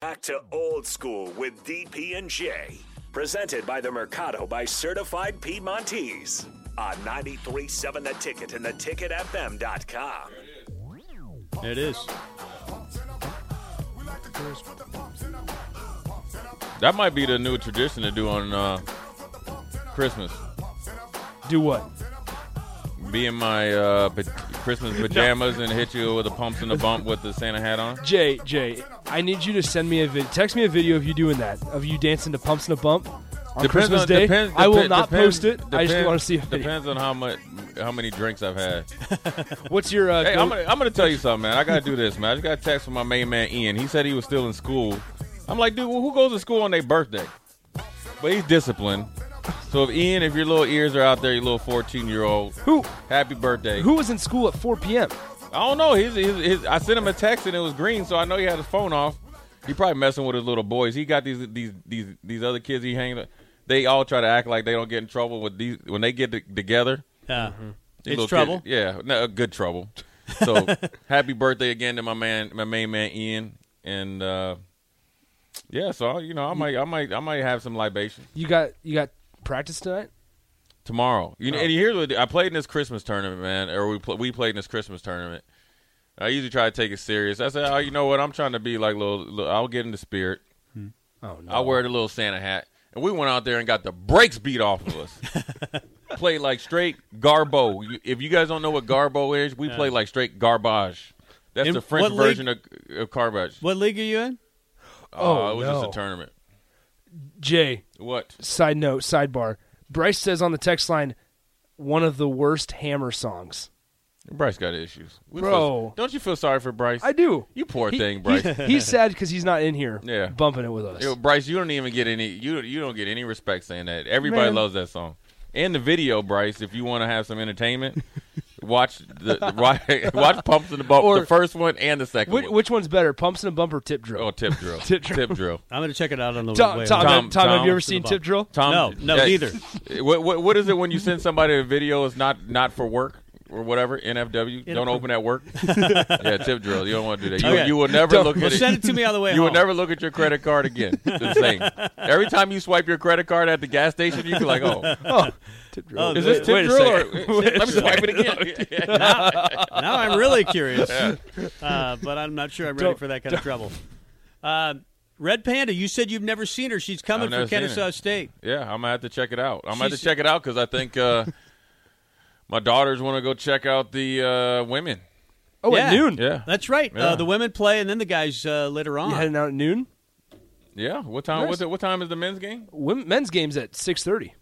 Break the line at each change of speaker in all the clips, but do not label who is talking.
Back to old school with DP and J, presented by the Mercado by Certified Piedmontese on 93.7 The Ticket and theticketfm.com.
There it is.
That might be the new tradition to do on uh, Christmas.
Do what?
Be in my uh, pa- Christmas pajamas and hit you with the pumps and the bump with the Santa hat on.
Jay, Jay, I need you to send me a vid. Text me a video of you doing that, of you dancing to Pumps and a Bump on Christmas
on-
Day.
depends-
I will
depen-
not
depends-
post it. I just
depends-
want to see a video.
Depends on how much, how many drinks I've had.
What's your uh,
Hey,
go-
I'm gonna, I'm gonna tell you something, man. I gotta do this, man. I just got a text from my main man Ian. He said he was still in school. I'm like, dude, well, who goes to school on their birthday? But he's disciplined. So if Ian, if your little ears are out there, your little 14 year old,
who
happy birthday.
who was in school at 4 p.m.
I don't know. His, his, his, I sent him a text and it was green, so I know he had his phone off. He probably messing with his little boys. He got these these these these other kids he hanging. They all try to act like they don't get in trouble with these when they get t- together.
Yeah.
these
It's
little
trouble.
kids- yeah, no, uh, good trouble. So happy birthday again to my man, my main man Ian, and uh, yeah. So you know, I might I might I might have some libation
You got you got practice tonight.
tomorrow. You
Oh.
know, and here's what I did. I played in this Christmas tournament, man, or we pl- we played in this Christmas tournament. I usually try to take it serious. I said, oh, you know what? I'm trying to be like little. little I'll get in the spirit.
Oh
Uh-huh.
I'll wear the little Santa hat, and we went out there and got the brakes beat off of us. played like straight garbo. You- If you guys don't know what garbo is, we play like straight garbage. That's
In
the French
what league-
version of, of garbage.
What league are you in?
Oh, it was
no.
just a tournament.
Jay,
What?
side note, sidebar. Bryce says on the text line, one of the worst Hammer songs.
Bryce got issues, We
Bro.
feel- don't you feel sorry for Bryce?
I do.
you poor
He-
thing, Bryce.
He's sad because he's not in here.
Yeah.
bumping it with us.
Yo, Bryce, you don't even get any you you don't get any respect saying that. Everybody
Man.
loves that song. And the video, Bryce, if you want to have some entertainment, watch the right, watch Pumps in the Bump,
Or-
the first one and the second
Which,
one.
which one's better, pumps and a bump or tip drill?
oh, tip drill.
Tip drill.
I'm gonna check it out on the
Tom,
way.
Tom,
over.
Tom-
Tom, have
Tom
you ever
to
seen
the
tip drill?
Tom,
No, no,
yeah,
neither.
What, what what is it when you send somebody a video is not not for work or whatever? NFW, don't open at work. yeah, tip drill. You don't want to do that. You,
Okay.
you will never
Don't-
look
Well,
at
send it to me on the way
You will
home.
never look at your credit card again. The same. Every time you swipe your credit card at the gas station, you can like, oh,
Oh, tip drill.
Oh,
Is this
wait-
tip
wait a
drill
second.
or let me swipe it again?
now I'm really curious, uh, but I'm not sure I'm ready
Don't-
for that kind of trouble. Uh, Red Panda, you said you've never seen her. She's coming
I've
for
never seen her.
Kennesaw State.
yeah, I'm gonna have to check it out. I'm gonna have to
She's-
check it out because I think uh, my daughters want to go check out the uh, women.
oh
yeah.
at noon.
Yeah,
That's right.
Yeah.
Uh, the women play, and then the guys uh, later on.
You heading out at noon?
yeah. What time?
Nice.
What's it, what time is the men's game?
Women, men's games at six thirty.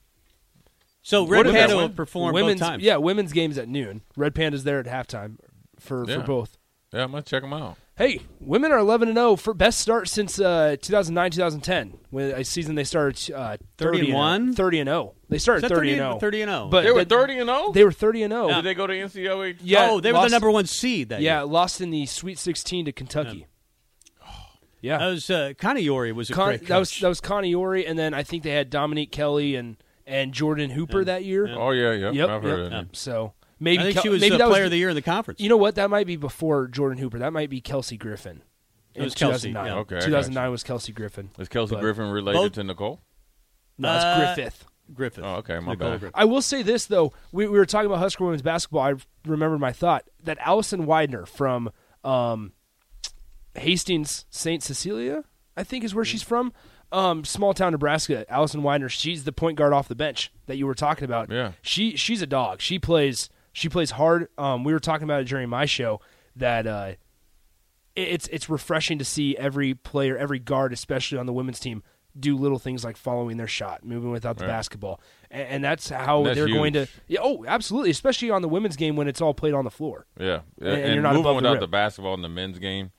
so
What
Red
is
Panda
that
will
one?
perform
women's,
both times.
Yeah, women's games at noon. Red Panda's there at halftime for
Yeah.
for both.
Yeah, I'm gonna check them out.
Hey, women are eleven and zero for best start since uh, 2009 2010 when a season they started uh,
30 and 1?
30 and zero. They
Is
started
that
30
30,
and zero.
30 and oh? 0.
But
They were
that-
thirty and zero.
They were 30 and zero.
Did they go to NCAA?
Yeah,
oh, they were
lost-
the number one seed that
Yeah,
year.
lost in the Sweet 16 to Kentucky. Yeah.
That was uh, Conneori was a
Con-
great coach.
that was that was Connie Ori, and then I think they had Dominique Kelly and and Jordan Hooper that year.
Oh yeah, yeah.
Yep,
I've heard
yep.
of them.
So
I
maybe
think
Kel-
she was
maybe
uh,
that
player
was
of the year in the conference.
You know what? That might be before Jordan Hooper. That might be Kelsey Griffin.
It
in
was Kelsey,
2009.
yeah.
Okay, I
2009 was Kelsey Griffin.
Is Kelsey
But-
Griffin related
Both-
to Nicole?
No, it's
Uh,
Griffith.
Griffith.
Oh, okay, my
Nicole
bad.
Griffith.
I will say this though: we, we were talking about Husker women's basketball. I remembered my thought that Allison Widener from um, Hastings Saint Cecilia, I think, is where she's from. Um, small town Nebraska. Allison Widener, she's the point guard off the bench that you were talking about.
Yeah.
she she's a dog. She plays she plays hard. Um, we were talking about it during my show that uh, it- it's it's refreshing to see every player, every guard, especially on the women's team, do little things like following their shot, moving without the basketball, and, and that's how
That's
they're going to.
huge.
Yeah, oh, absolutely, especially on the women's game when it's all played on the floor.
Yeah,
And- and you're not
moving
above the
without
rim.
the basketball in the men's game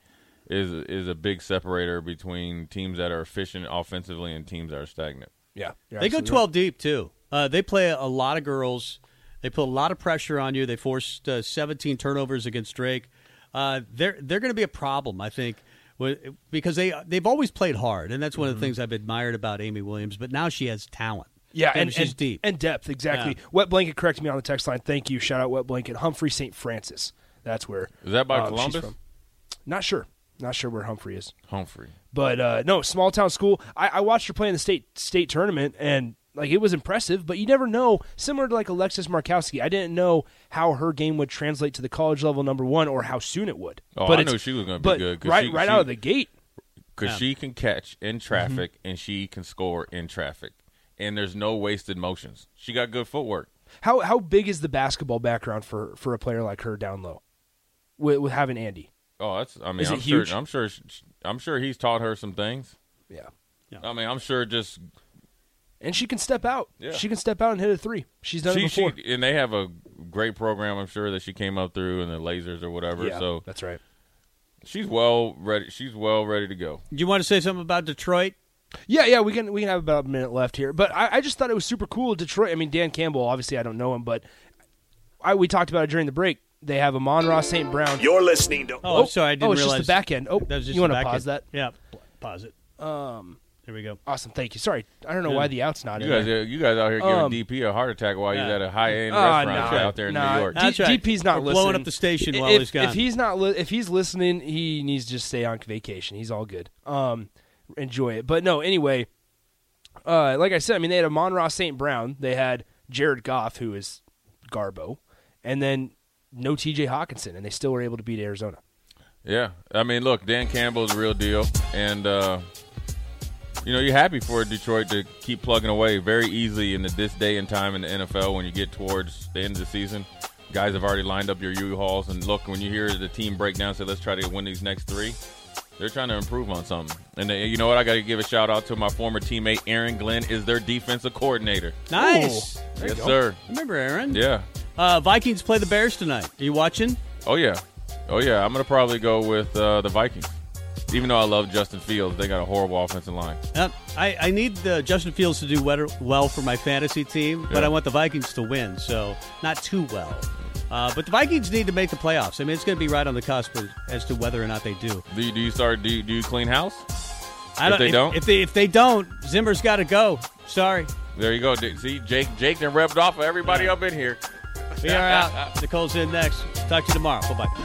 is is a big separator between teams that are efficient offensively and teams that are stagnant.
Yeah,
They go 12 deep, too. Uh, they play a lot of girls. They put a lot of pressure on you. They forced uh, 17 turnovers against Drake. Uh, they're they're going to be a problem, I think, with, because they, they've always played hard. And that's one
Mm-hmm.
of the things I've admired about Amy Williams. But now she has talent.
Yeah, and,
she's
and-
deep.
and depth exactly.
Yeah.
Wet blanket, correct me on the text line. Thank you. Shout out Wet Blanket, Humphrey St. Francis. That's where
Is that by
um, she's
Columbus?
from. Not sure. Not sure where Humphrey is.
Humphrey.
But uh, no, small town school. I, I watched her play in the state state tournament, and like it was impressive. But you never know. Similar to like Alexis Markowski, I didn't know how her game would translate to the college level number one, or how soon it would.
Oh,
but
I
it's-
knew she was gonna be
but
good 'cause
Right,
she-
right
she-
out of the Mm-hmm. gate.
because she can catch in traffic and she can score in traffic, and there's no wasted motions. She got good footwork.
How how big is the basketball background for for a player like her down low, with, with having Andy?
Oh, that's. I mean,
Is it
I'm sure.
huge?
I'm sure. sh- sh- I'm sure he's taught her some things.
Yeah,
I mean, I'm sure just
and she can step out.
Yeah.
She can step out and hit a three. She's done it
she,
before.
she and they have a great program. I'm sure that she came up through and the lasers or whatever.
yeah,
So
that's right.
she's well ready. She's well ready to go.
You want to say something about Detroit?
Yeah, yeah, we can we can have about a minute left here, but I, I just thought it was super cool. Detroit. I mean, Dan Campbell. Obviously, I don't know him, but I we talked about it during the break. They have a Ross St. Brown.
You're listening to
Oh, I'm sorry, I didn't
oh, it's
realize
just the back end. Oh,
That was just
you
want
to pause that?
Yeah, pause it. Um, there we go.
Awesome, thank you. Sorry, I don't know why the out's not
You
in.
guys, uh,
there.
you guys out here giving
Um,
DP a heart attack while he's
yeah.
at a high end
Oh,
restaurant
nah,
out there in
nah.
New York.
D-
Ah, That's right.
DP's not
We're blowing
listening.
up the station
if,
while he's gone.
If he's not, li- if he's listening, he needs to just stay on vacation. He's all good. Um, enjoy it. But no, anyway, uh, like I said, I mean, they had Amon Ross St. Brown. They had Jared Goff, who is Garbo, and then no T.J. Hawkinson, and they still were able to beat Arizona.
Yeah, I mean, look, Dan Campbell's a real deal, and uh, you know you're happy for Detroit to keep plugging away very easily in the, this day and time in the NFL. When you get towards the end of the season, guys have already lined up your U-hauls, and look, when you hear the team breakdown, say let's try to win these next three. They're trying to improve on something, and they, you know what? I got to give a shout out to my former teammate Aaron Glenn is their defensive coordinator.
Nice.
yes, sir.
Remember, Aaron?
Yeah.
Uh, Vikings play the Bears tonight. Are you watching?
Oh yeah, oh yeah. I'm gonna probably go with uh, the Vikings, even though I love Justin Fields. They got a horrible offensive line.
Uh, I, I need uh, Justin Fields to do wetter, well for my fantasy team, but
Yeah.
I want the Vikings to win, so not too well. Uh, but the Vikings need to make the playoffs. I mean, it's going to be right on the cusp as- as to whether or not they do.
Do you, do you start? Do you, do you clean house?
I
If
don't,
they don't?
if they if they don't, Zimmer's got to go. Sorry,
There you go. D- See, Jake, Jake, then repped off of everybody up in here.
we are out. Nicole's in next. Talk to you tomorrow. Bye bye.